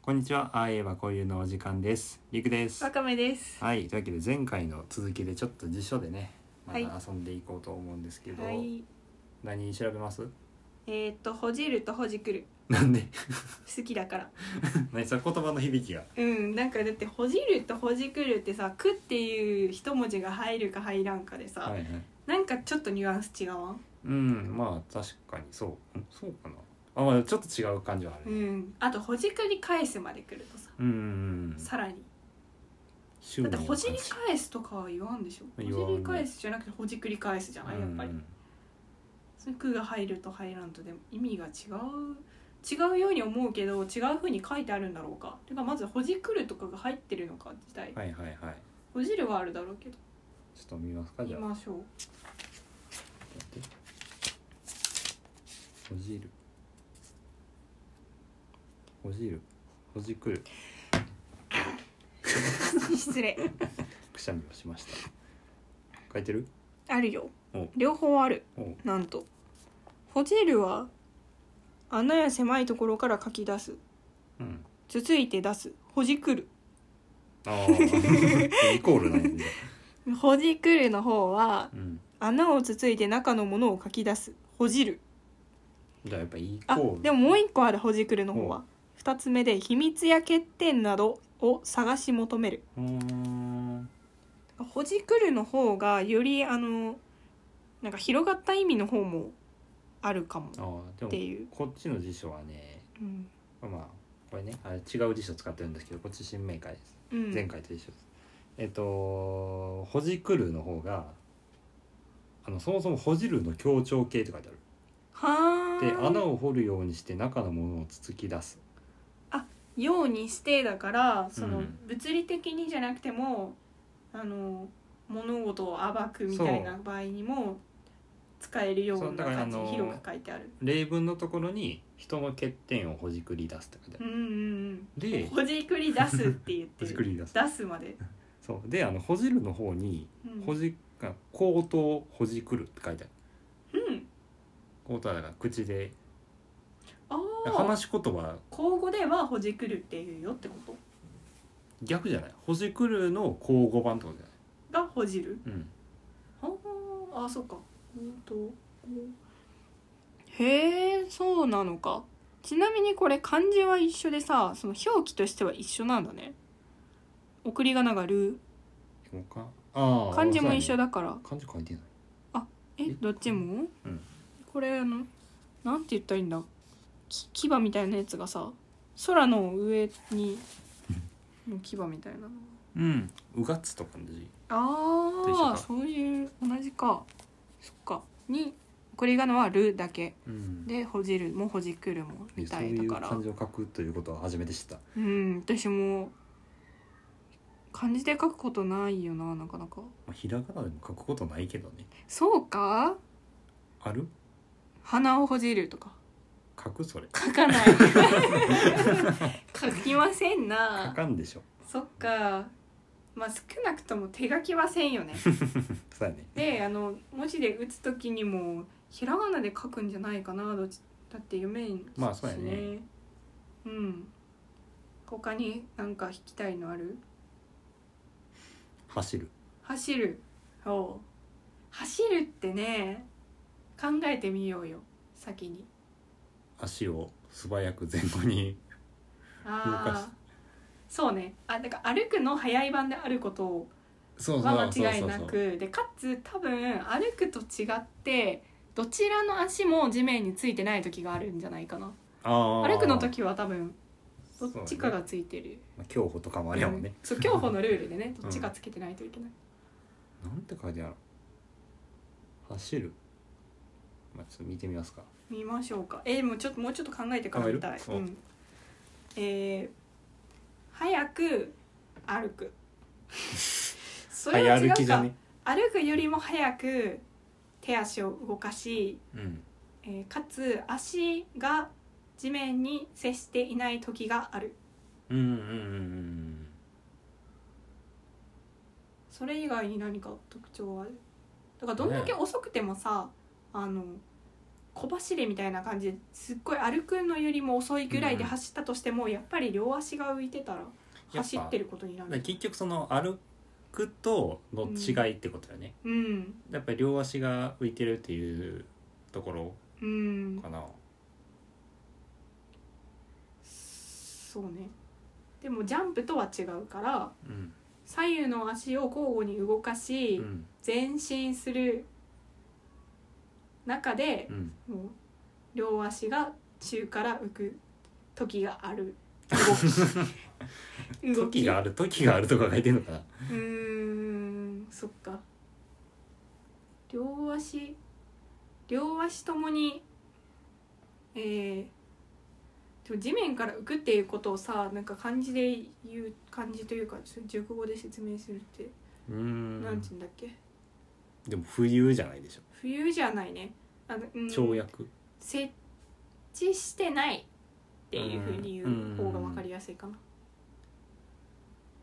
こんにちは。ああ言えばこういうのお時間です。りくですわ。かめです。はい。というわけで前回の続きでちょっと辞書でね、またはい遊んでいこうと思うんですけど、はい。何調べます？ えーっと、ほじるとほじくる。なんで？ 好きだから。何それ言葉の響きが。うん、なんかだって、ほじるとほじくるってさ、くっていう一文字が入るか入らんかでさ。はいはい。なんかちょっとニュアンス違わん。うん、まあ確かにそう。んそうかな。あ、まあちょっと違う感じはあうるね。ん、あとほじくり返すまで来るとさ。うん。うんさらに。うん。だって、ほじり返すとかは言わんでしょほ言わんねじり返すじゃなくて、ほじくり返すじゃない、やっぱりうんう。んそれ句が入ると入らんとでも意味が違う違うように思うけど違うふうに書いてあるんだろうかてかまず「ほじくる」とかが入ってるのか自体、はいはいはい。ほじるはあるだろうけどちょっと見ますかじ見ゃあ。ましょう待ってほじるほじるほじくる 失礼くしゃみをしました書いてるあるよお両方あるおうなんと「ほじる」は穴や狭いところから書き出すうんつついて出すほじくるああイコー ルなんやねほじくるの方はうん穴をつついて中のものを書き出すほじるじゃあやっぱイコあールでももう一個あるほじくるの方は二つ目で秘密や欠点などを探し求めるうーんほじくるの方がよりあのなんか広がった意味の方もあるかもあ、あってでいうもこっちの辞書はねうんまあこれねあれ違う辞書使ってるんですけどこっち新明解ですうん、前回と一緒です、えっと「ほじくる」の方があのそもそも「ほじる」の強調形って書いてあるはであ穴を掘るようにして中のものをつつき出すようにしてだからその、うん物理的にじゃなくてもあの物事を暴くみたいな場合にも使えるよそううなだから感じあでの広く書いてある。例文のところに人の欠点をほじくり出すって書いてあうるんうんうん、でほじくり出すって言ってほじるくり出す出すまで、そうであのほじるの方にうんほじが口頭ほじくるって書いてあるうん、口頭はだから口でああ話し言葉口語ではほじくるっていうよってこと逆じゃないほじくるの口語版ってことじがほじるゃない、うん、ああそうかへえそうなのかちなみにこれ漢字は一緒でさその表記としては一緒なんだね送り仮名が「るそうかあ」あ漢字も一緒だだから漢字書いてないえどっちも、うんこれあのなんて言ったらいいんだき牙みたいなやつがさ空の上にの牙みたいなのうんうがつと漢字と一緒あかあそういう同じかそっかに送り仮名は「る」だけうんで「ほじる」も「ほじくる」もみそたういいだうから漢う字を書くということは初めて知ったん私も漢字で書くことないよななかなかまあひらがなでも書くことないけどねそうかある鼻をほじるとか書くそれ書 かない書きません書なかんでしょそっかまあ少なくとも手書きはせんよねそうやねであの文字で打つ時にもひらがなで書くんじゃないかなどっちだって読めんしまあそうやねうん他に何か弾きたいのある走る走るおう走るってね考えてみようよ先に足を素早く前後に動かあすあそうねあだから歩くの早い版であることをそは間違いなくでかつ多分歩くと違ってどちらの足も地面についてない時があるんじゃないかな歩歩くの時は多分どっちかがついてる競歩とかもあれやもんね、そう競歩のルールでねどっちかつけてないといけない、なんて書いてある走るまあちょっと見てみますか見ましょうかえー、もうちょっともうちょっと考えてから見たい考、えうるん、えー、早く歩 くそれは違早う歩かき歩,、じゃねくよりも早く手足を動かし、うんえーかつ足が地面に接していない時があるうんうんうんそれ以外に何か特徴はあるだからどんだけ遅くてもさ、あの小走れみたいな感じですっごい歩くのよりも遅いぐらいでうん走ったとしても、やっぱり両足が浮いてたらぱ走ってることにだなからる。結局その歩くとの違いってことだよね、うんやっぱり両足が浮いてるっていうところうんかな、そうねでもジャンプとは違うからうん左右の足を交互に動かし、うん前進する中でう、ん、もう両足が宙から浮く時が ある動時き動きがある時があるとか書いてんのかなうーんそっか両足両足ともにえーでも地面から浮くっていうことをさなんか漢字で言う漢字というかちょっと熟語で説明するってうー何んて言うんだっけでも冬じゃないでしょ冬じゃないねあの、うん、跳躍設置してないっていうふうに言う方が分かりやすいかな。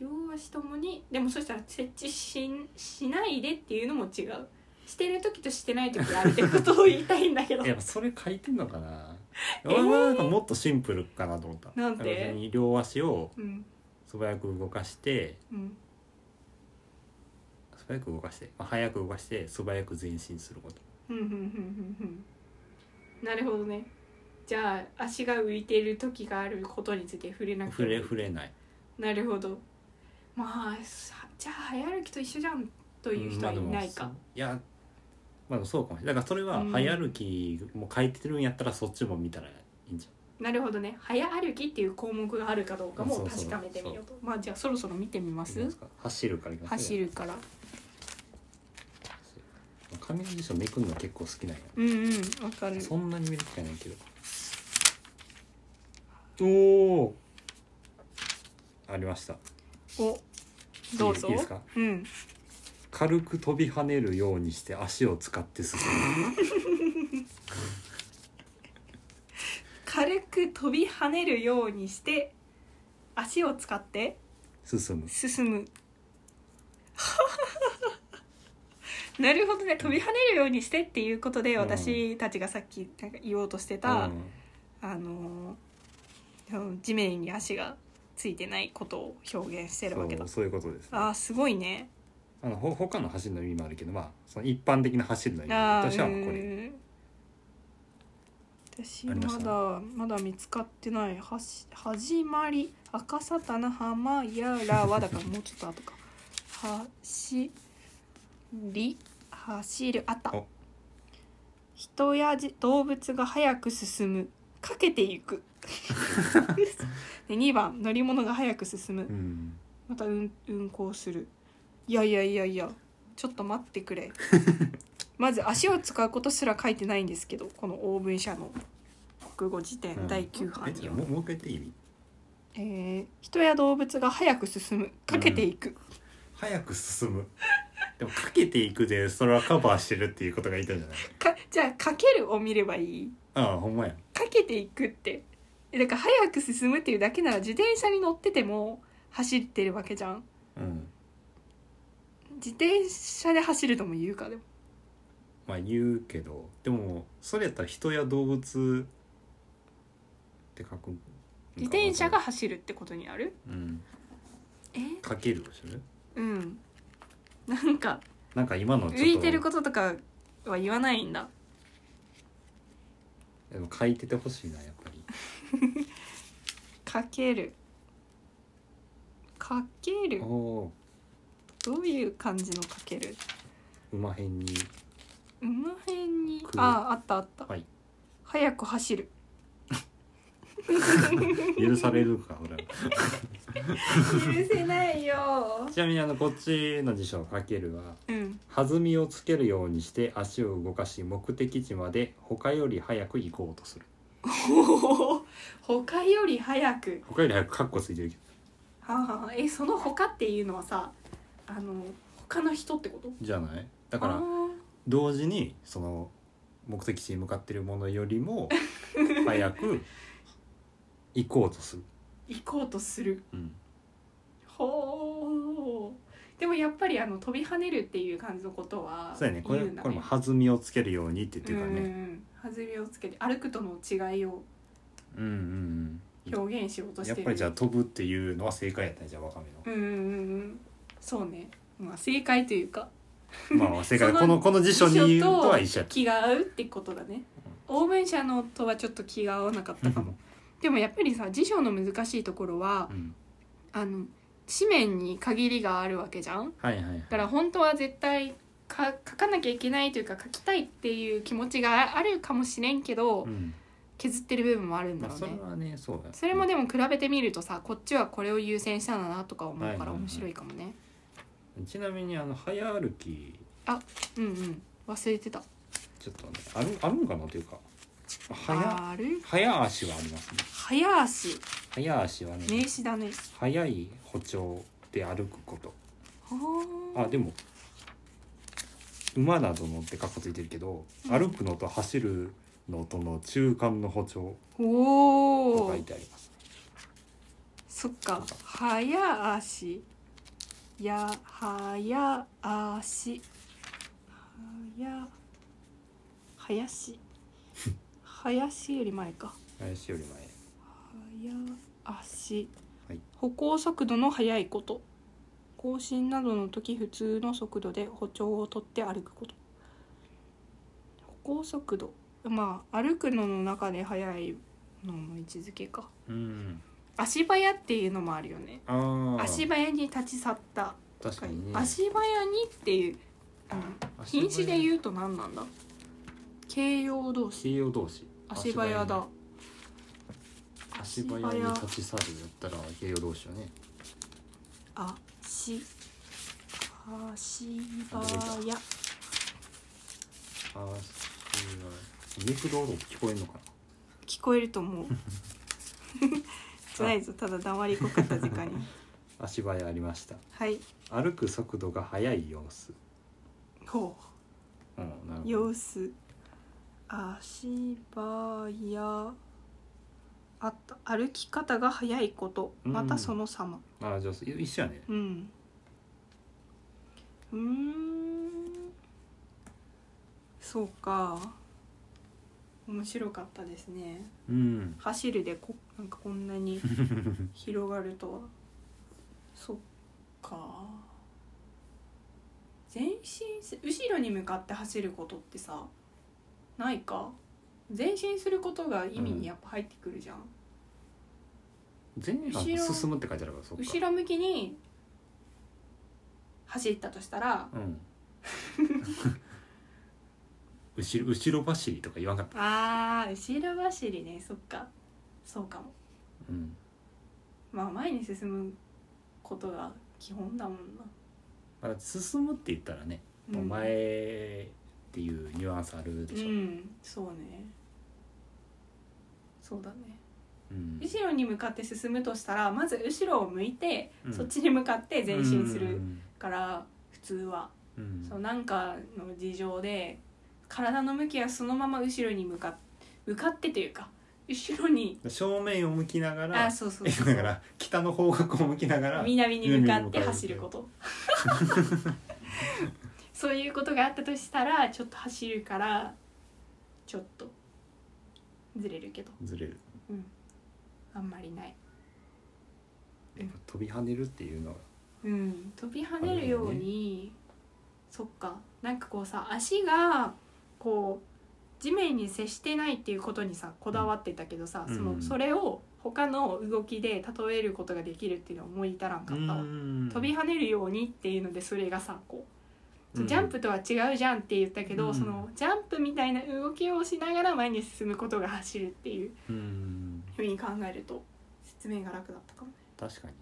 両足ともにでもそしたら設置ししないでっていうのも違うしてる時としてない時があるってことを言いたいんだけどやっぱそれ書いてんのかな、 えー俺はなんかもっとシンプルかなと思ったなんてか別に両足をうん素早く動かしてうん素早く動かして、まあ、早く動かして素早く前進することふんふんふんふんふんなるほどねじゃあ足が浮いてる時があることについて触れなくて触もいれい触れないなるほどまあさじゃあ早歩きと一緒じゃんという人はいないか、うんまあでもいやまあそうかもしれないだからそれは早歩きも書いてるんやったらそっちも見たらいいんじなるほどね早歩きっていう項目があるかどうかもそうそう確かめてみようとまあじゃあそろそろ見てみまゃないですすか走るからいきます走るから紙の辞書めくんの結構好きなんやうんうんわかるそんなに見る機会ないけどおおありましたおどうぞいいですかうん軽く飛び跳ねるようにして足を使って進軽く飛び跳ねるようにして足を使ってむ進む進む なるほどね飛び跳ねるようにしてっていうことでうん私たちがさっきなんか言おうとしてた、あのー地面に足がついてないことを表現してるわうけん、そだうそういうことです、ね、あーすごいねあのほ他の走るの意味もあるけどまあその一般的な走るの意味あとしてはーこうれん私ありまましただまだ見つかってないはし始まり赤さたな浜やらはだからもうちょっと後かはしり走るあったお人やじ動物が早く進むかけて いくで2番乗り物が早く進むうんまた運運行するいやいやいやいやちょっと待って くれまず足を使うことすら書いてないんですけどこのオーブン社の国語辞典うん第9版えちにょっは、ともうもう一回言っていいえー人や動物が早く進むかけていく、早く進むでもかけていくでそれはカバーしてるっていうことが言いたいんじゃないかじゃあ「かける」を見ればいいああほんまやかけていくってえだから早く進むっていうだけなら自転車に乗ってても走ってるわけじゃんうん自転車で走るとも言うかでもまあ言うけどでもそれやったら人や動物って書くんか自転車が、走るってことになるうん、えかけるをするうんなんかなんか今のちょっと浮いてることとかは言わないんだでも書いててほしいなやっぱりかけるかけるおおどういう感じのかける馬編に馬編にくあああったあった、はい早く走る許されるか俺は 許せないよちなみにあのこっちの辞書をかけるはうん 弾みをつけるようにして足を動かし目的地まで他より早く行こうとする他より早く他より早くカッコついてるけどはあはあえその他っていうのはさあの他の人ってことじゃないだだから同時にその目的地に向かってるものより も早く行こうとする、行こうとするうん、ほうでもやっぱりあの飛び跳ねるっていう感じのことはそうやねこれ言んだこれも弾みをつけるようにって言ってるからねうんうん弾みをつけて歩くとの違いをうんうん表現しよううとんしやってぱりるじゃあ飛ぶっていうのは正解やったねじゃあワカメうんうんうんうんそうねまあ正解というかのまあまあ正解そのこのこの辞書に辞書ととは一緒やった気が合うってことだね欧米者のとはちょっと気が合わなかったかもでもやっぱりさ辞書の難しいところはうんあの紙面に限りがあるわけじゃんはいはいはいだから本当は絶対か書かなきゃいけないというか書きたいっていう気持ちがあるかもしれんけどうん削ってる部分もあるんだまあろそれうねはねそうだねそれもでも比べてみるとさこっちはこれを優先したんだなとか思うから面白いかもねちなみにあの早歩きうんうん忘れてたちょっとねあるあるんかなというか早ある早足はありますね早足早足はね名詞だね早い歩調で歩くことはあでも馬などのってかっこついてるけど、うん歩くのと走るのとの中間の歩調おとお書いーてありますそっか早足や早足早林林より前か林より早足、はい歩行速度の速いこと更新などの時普通の速度で歩調をとって歩くこと歩行速度まあ歩くのの中で速いのの位置づけか前うん足早っていうのもあるよねあー足早に立ち去った確かにね足早にっていう、うん、品詞でう言うと何なんだ形容動詞形容動詞足早だ足早に立ち去るだったら形容動詞よねあしあしばや足早肉道路聞こえんのか聞こえると 思う とりあえずただ黙りこかった時間にな足早ありましたはい歩く速度が速い様子ほうんなるほうど様子足ばやあった歩き方が速いことうんまたその様あーじゃあ一緒やねうんうーんそうか面白かったですねうん走るでこなんかこん なに広がるとはそっか前進す後ろに向かって走ることってさないか前進することが意味にやっぱ入ってくるじゃん、前半後ろ進むって書いてあるからそっか後ろ向きに走ったとしたらうん 後ろ後ろ走りとか言わんかった、あー後ろ走りねそっかそうかもうん、まあ前に進むことが基本だもんな、まだ進むって言ったらね、うん、もう前っていうニュアンスあるでしょ、ううんんそうねそうだねうん後ろに向かって進むとしたらまず後ろを向いて、うんそっちに向かって前進すうるんから普通は、うんそうなんかの事情で体の向きはそのまま後ろに向か向かってというか後ろに正面を向きながらあそうそうえそうだから北の方角を向きながら南に向かって走ること そういうことがあったとしたらちょっと走るからちょっとずれるけどずれるあんまりない、うん飛び跳ねるっていうのはうん、飛び跳ねるように、そっかなんかこうさ足がこう地面に接してないっていうことにさこだわってたけどさ、うんそのそれを他の動きで例えることができるっていうのを思い至らんかったわ、飛び跳ねるようにっていうのでそれがさこううんジャンプとは違うじゃんって言ったけど、うんそのジャンプみたいな動きをしながら前に進むことが走るっていううんふうに考えると説明が楽だったかもね確かにね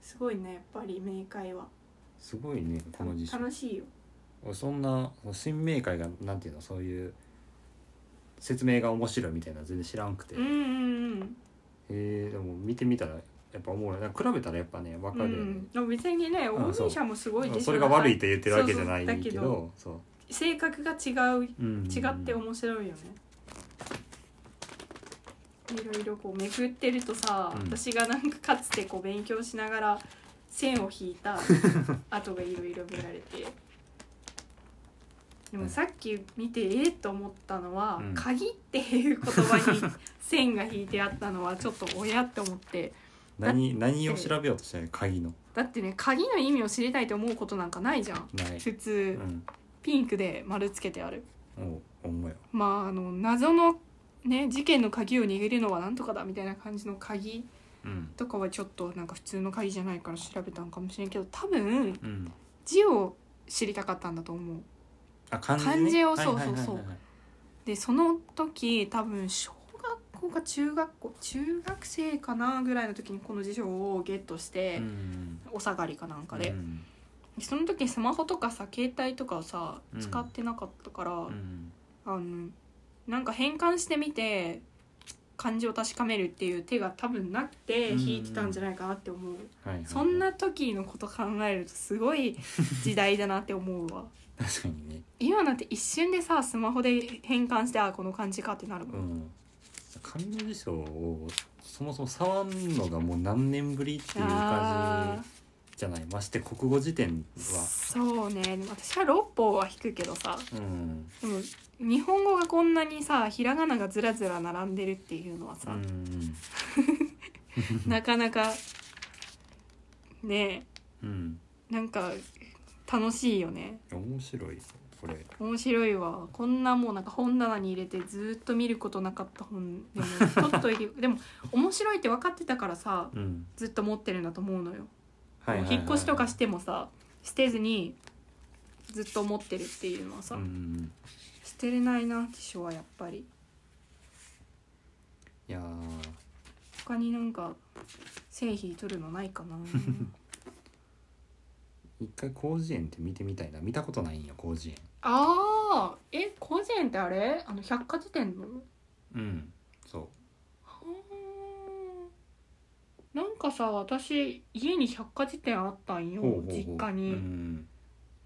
すごいねやっぱり明快はすごいねたこの辞書楽しいよ俺そんな新明会がなんていうのそういう説明が面白いみたいなの全然知らんくて、うんうんえーでも見てみたらやっぱ思うなんか比べたらやっぱね分うんうかるよね、んでも別にねう応んそう援者もすごいまあでそれが悪いっいて言ってるわけじゃないそうそうだけけどどそう性格が違ううん違って面白いよね、いろいろこうめくってるとさ、うん私がなんかかつてこう勉強しながら 線を引いた跡がいろいろ見られてでもさっき見てええと思ったのはうん「鍵」っていう言葉に 線が引いてあったのはちょっと親って思って何何を調べようとしてない鍵のだってね鍵の意味を知りたいと思うことなんかないじゃんない、普う通ん、ピンクで丸つけてあるおうほんまやまああの謎のね事件の鍵を握るのはなんとかだみたいな感じの鍵うんとかはちょっとなんか普通の鍵じゃないから調べたんかもしれんけど多分うん字を知りたかったんだと思うあ漢字,、漢字をそうはいはいはいそうはいでその時多分小学校か中学校中学生かなぐらいの時にこの辞書をゲットして、うんお下がりかなんかでう、んでその時スマホとかさ携帯とかをさうん使ってなかったから、うんあのなんか変換してみて漢字を確かめるっていう手が多分なくてうん引いてたんじゃないかなって思う、はいはいそんな時のこと考えるとすご い時代だなって思うわ確かにね今なんて一瞬でさスマホで変換してあこの漢字かってなるも、うんん紙の辞書をそもそも触んのがもう何年ぶりっていうあ感じじゃないまして国語辞典ーはそうねでも私は六法は引くけどさうんでも日本語がこんなにさひらがながずらずら並んでるっていうのはうさ、んなかなかねうえんなんか楽しいよね面白いこれ面白いわこんなもうなんか本棚に入れてずっと見ることなかった本で も取っといてでも面白いって分かってたからさうんずっと持ってるんだと思うのよ、はいはいはい引っ越しとかしてもさ捨てずにずっと持ってるっていうのはさ、うん捨てれないな辞書はやっぱりいやー他になんか製品取るのないか な一回広辞苑って見てみたいな見たことないんよ広辞苑あーえ個人ってあれあの百科事典のうんそうなんかさ私家に百科事典あったんよほうほうほう実家に、うん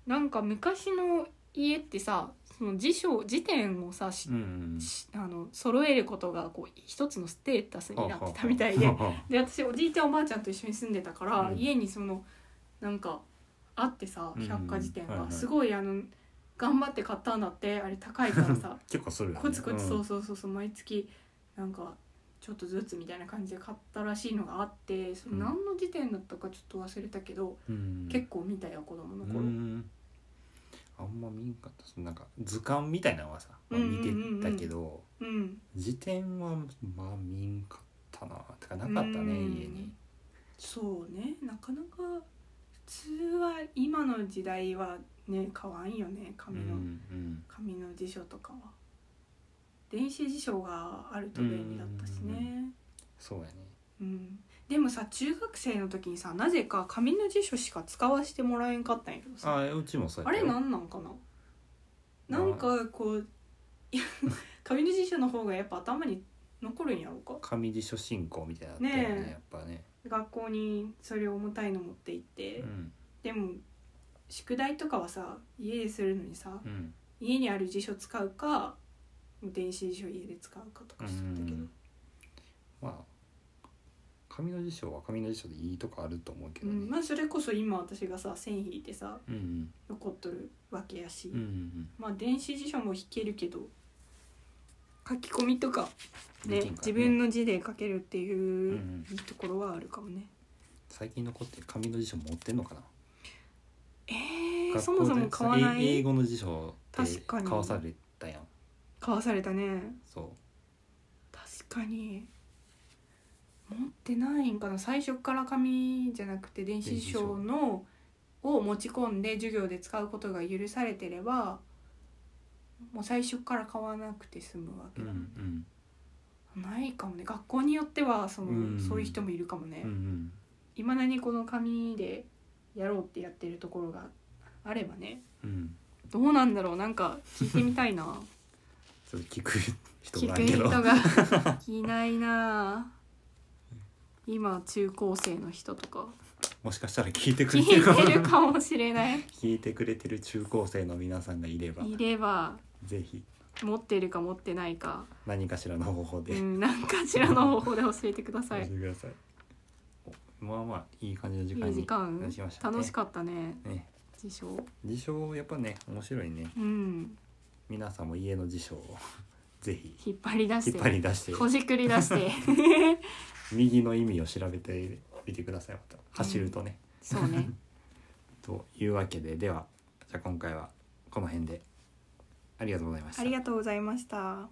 なんか昔の家ってさその辞書辞典をさし、うんしあの揃えることがこう一つのステータスになってたみたいはではは で私おじいちゃんおばあちゃんと一緒に住んでたから、うん家にそのなんかあってさうん百科事典が、はいはいすごいあの頑張って買ったんだってあれ高いからさ結構するよねコツコツそううそうそうそう毎月なんかちょっとずつみたいな感じで買ったらしいのがあってそれうん何の時点だったかちょっと忘れたけど、うん結構見たよ子供のう頃、んあんま見んかったそのなんか図鑑みたいなのはさ、まあうんうんうんうん見てたけど、うん、辞典はまあ見んかったなてかなかったねうん家にそうねなかなか普通は今の時代はね買わんよねう紙の、ん紙の辞書とかは電子辞書があると便利だったしねそうやねうんでもさ中学生の時にさなぜか紙の辞書しか使わせてもらえんかったんやけどさあうちもそうやあったれよなんなんかななんかこういや紙の辞書の方がやっぱ頭に残るんやろうか紙辞書進行みたいなのあったよねねえやっぱね、学校にそれを重たいの持って行って、うんでも宿題とかはさ家でするのにさうん、家にある辞書使うか電子辞書家で使うかとかしてたけどうんまあ紙の辞書は紙の辞書でいいとこあると思うけうどね、ん、まあそれこそ今私がさ線引いてさうん残っとるわけやし、うんうんうんまあ電子辞書も引けるけど書き込みとかねできんから自分の字で書けるってうんういうんところはあるかもね。最近の子って紙の辞書持ってんのかな学校えー、でそもそも買わなえ英い語の辞書って確か買にわされたやん買わされたねそ確かに持ってないんかな最初から紙じゃなくて電子書のを持ち込んで授業で使うことが許されてればもう最初から買わなくて済むわうけうんだ、うんないかもね学校によってはその、うんそういう人もいるかもね、うんうんいまだにこの紙でやろうってやってるところがあればねうんどうなんだろうなんか聞いてみたい なちょっと聞く人聞がくいるけど人が いないなあ今中高生の人と かもしかしたら聞いてく聞れてるいてるかもしれない 聞いてくれてる中高生の皆さんがいればいればぜひ持ってるか持ってないか、何かしらの方法うでん、何かしらの方法で教えてくだ教さえ いてください、おまあまあいい感じの時い間いに時間なりましたね楽しかったねね辞書辞書やっぱね面白いねうん皆さんも家の辞書を ぜひ引っ張り出し引っ張てり出してほじくり出して 右の意味を調べてみてくださいまた走るとね、そうねというわけでではじゃあ今回はこの辺でありがとうございましたありがとうございました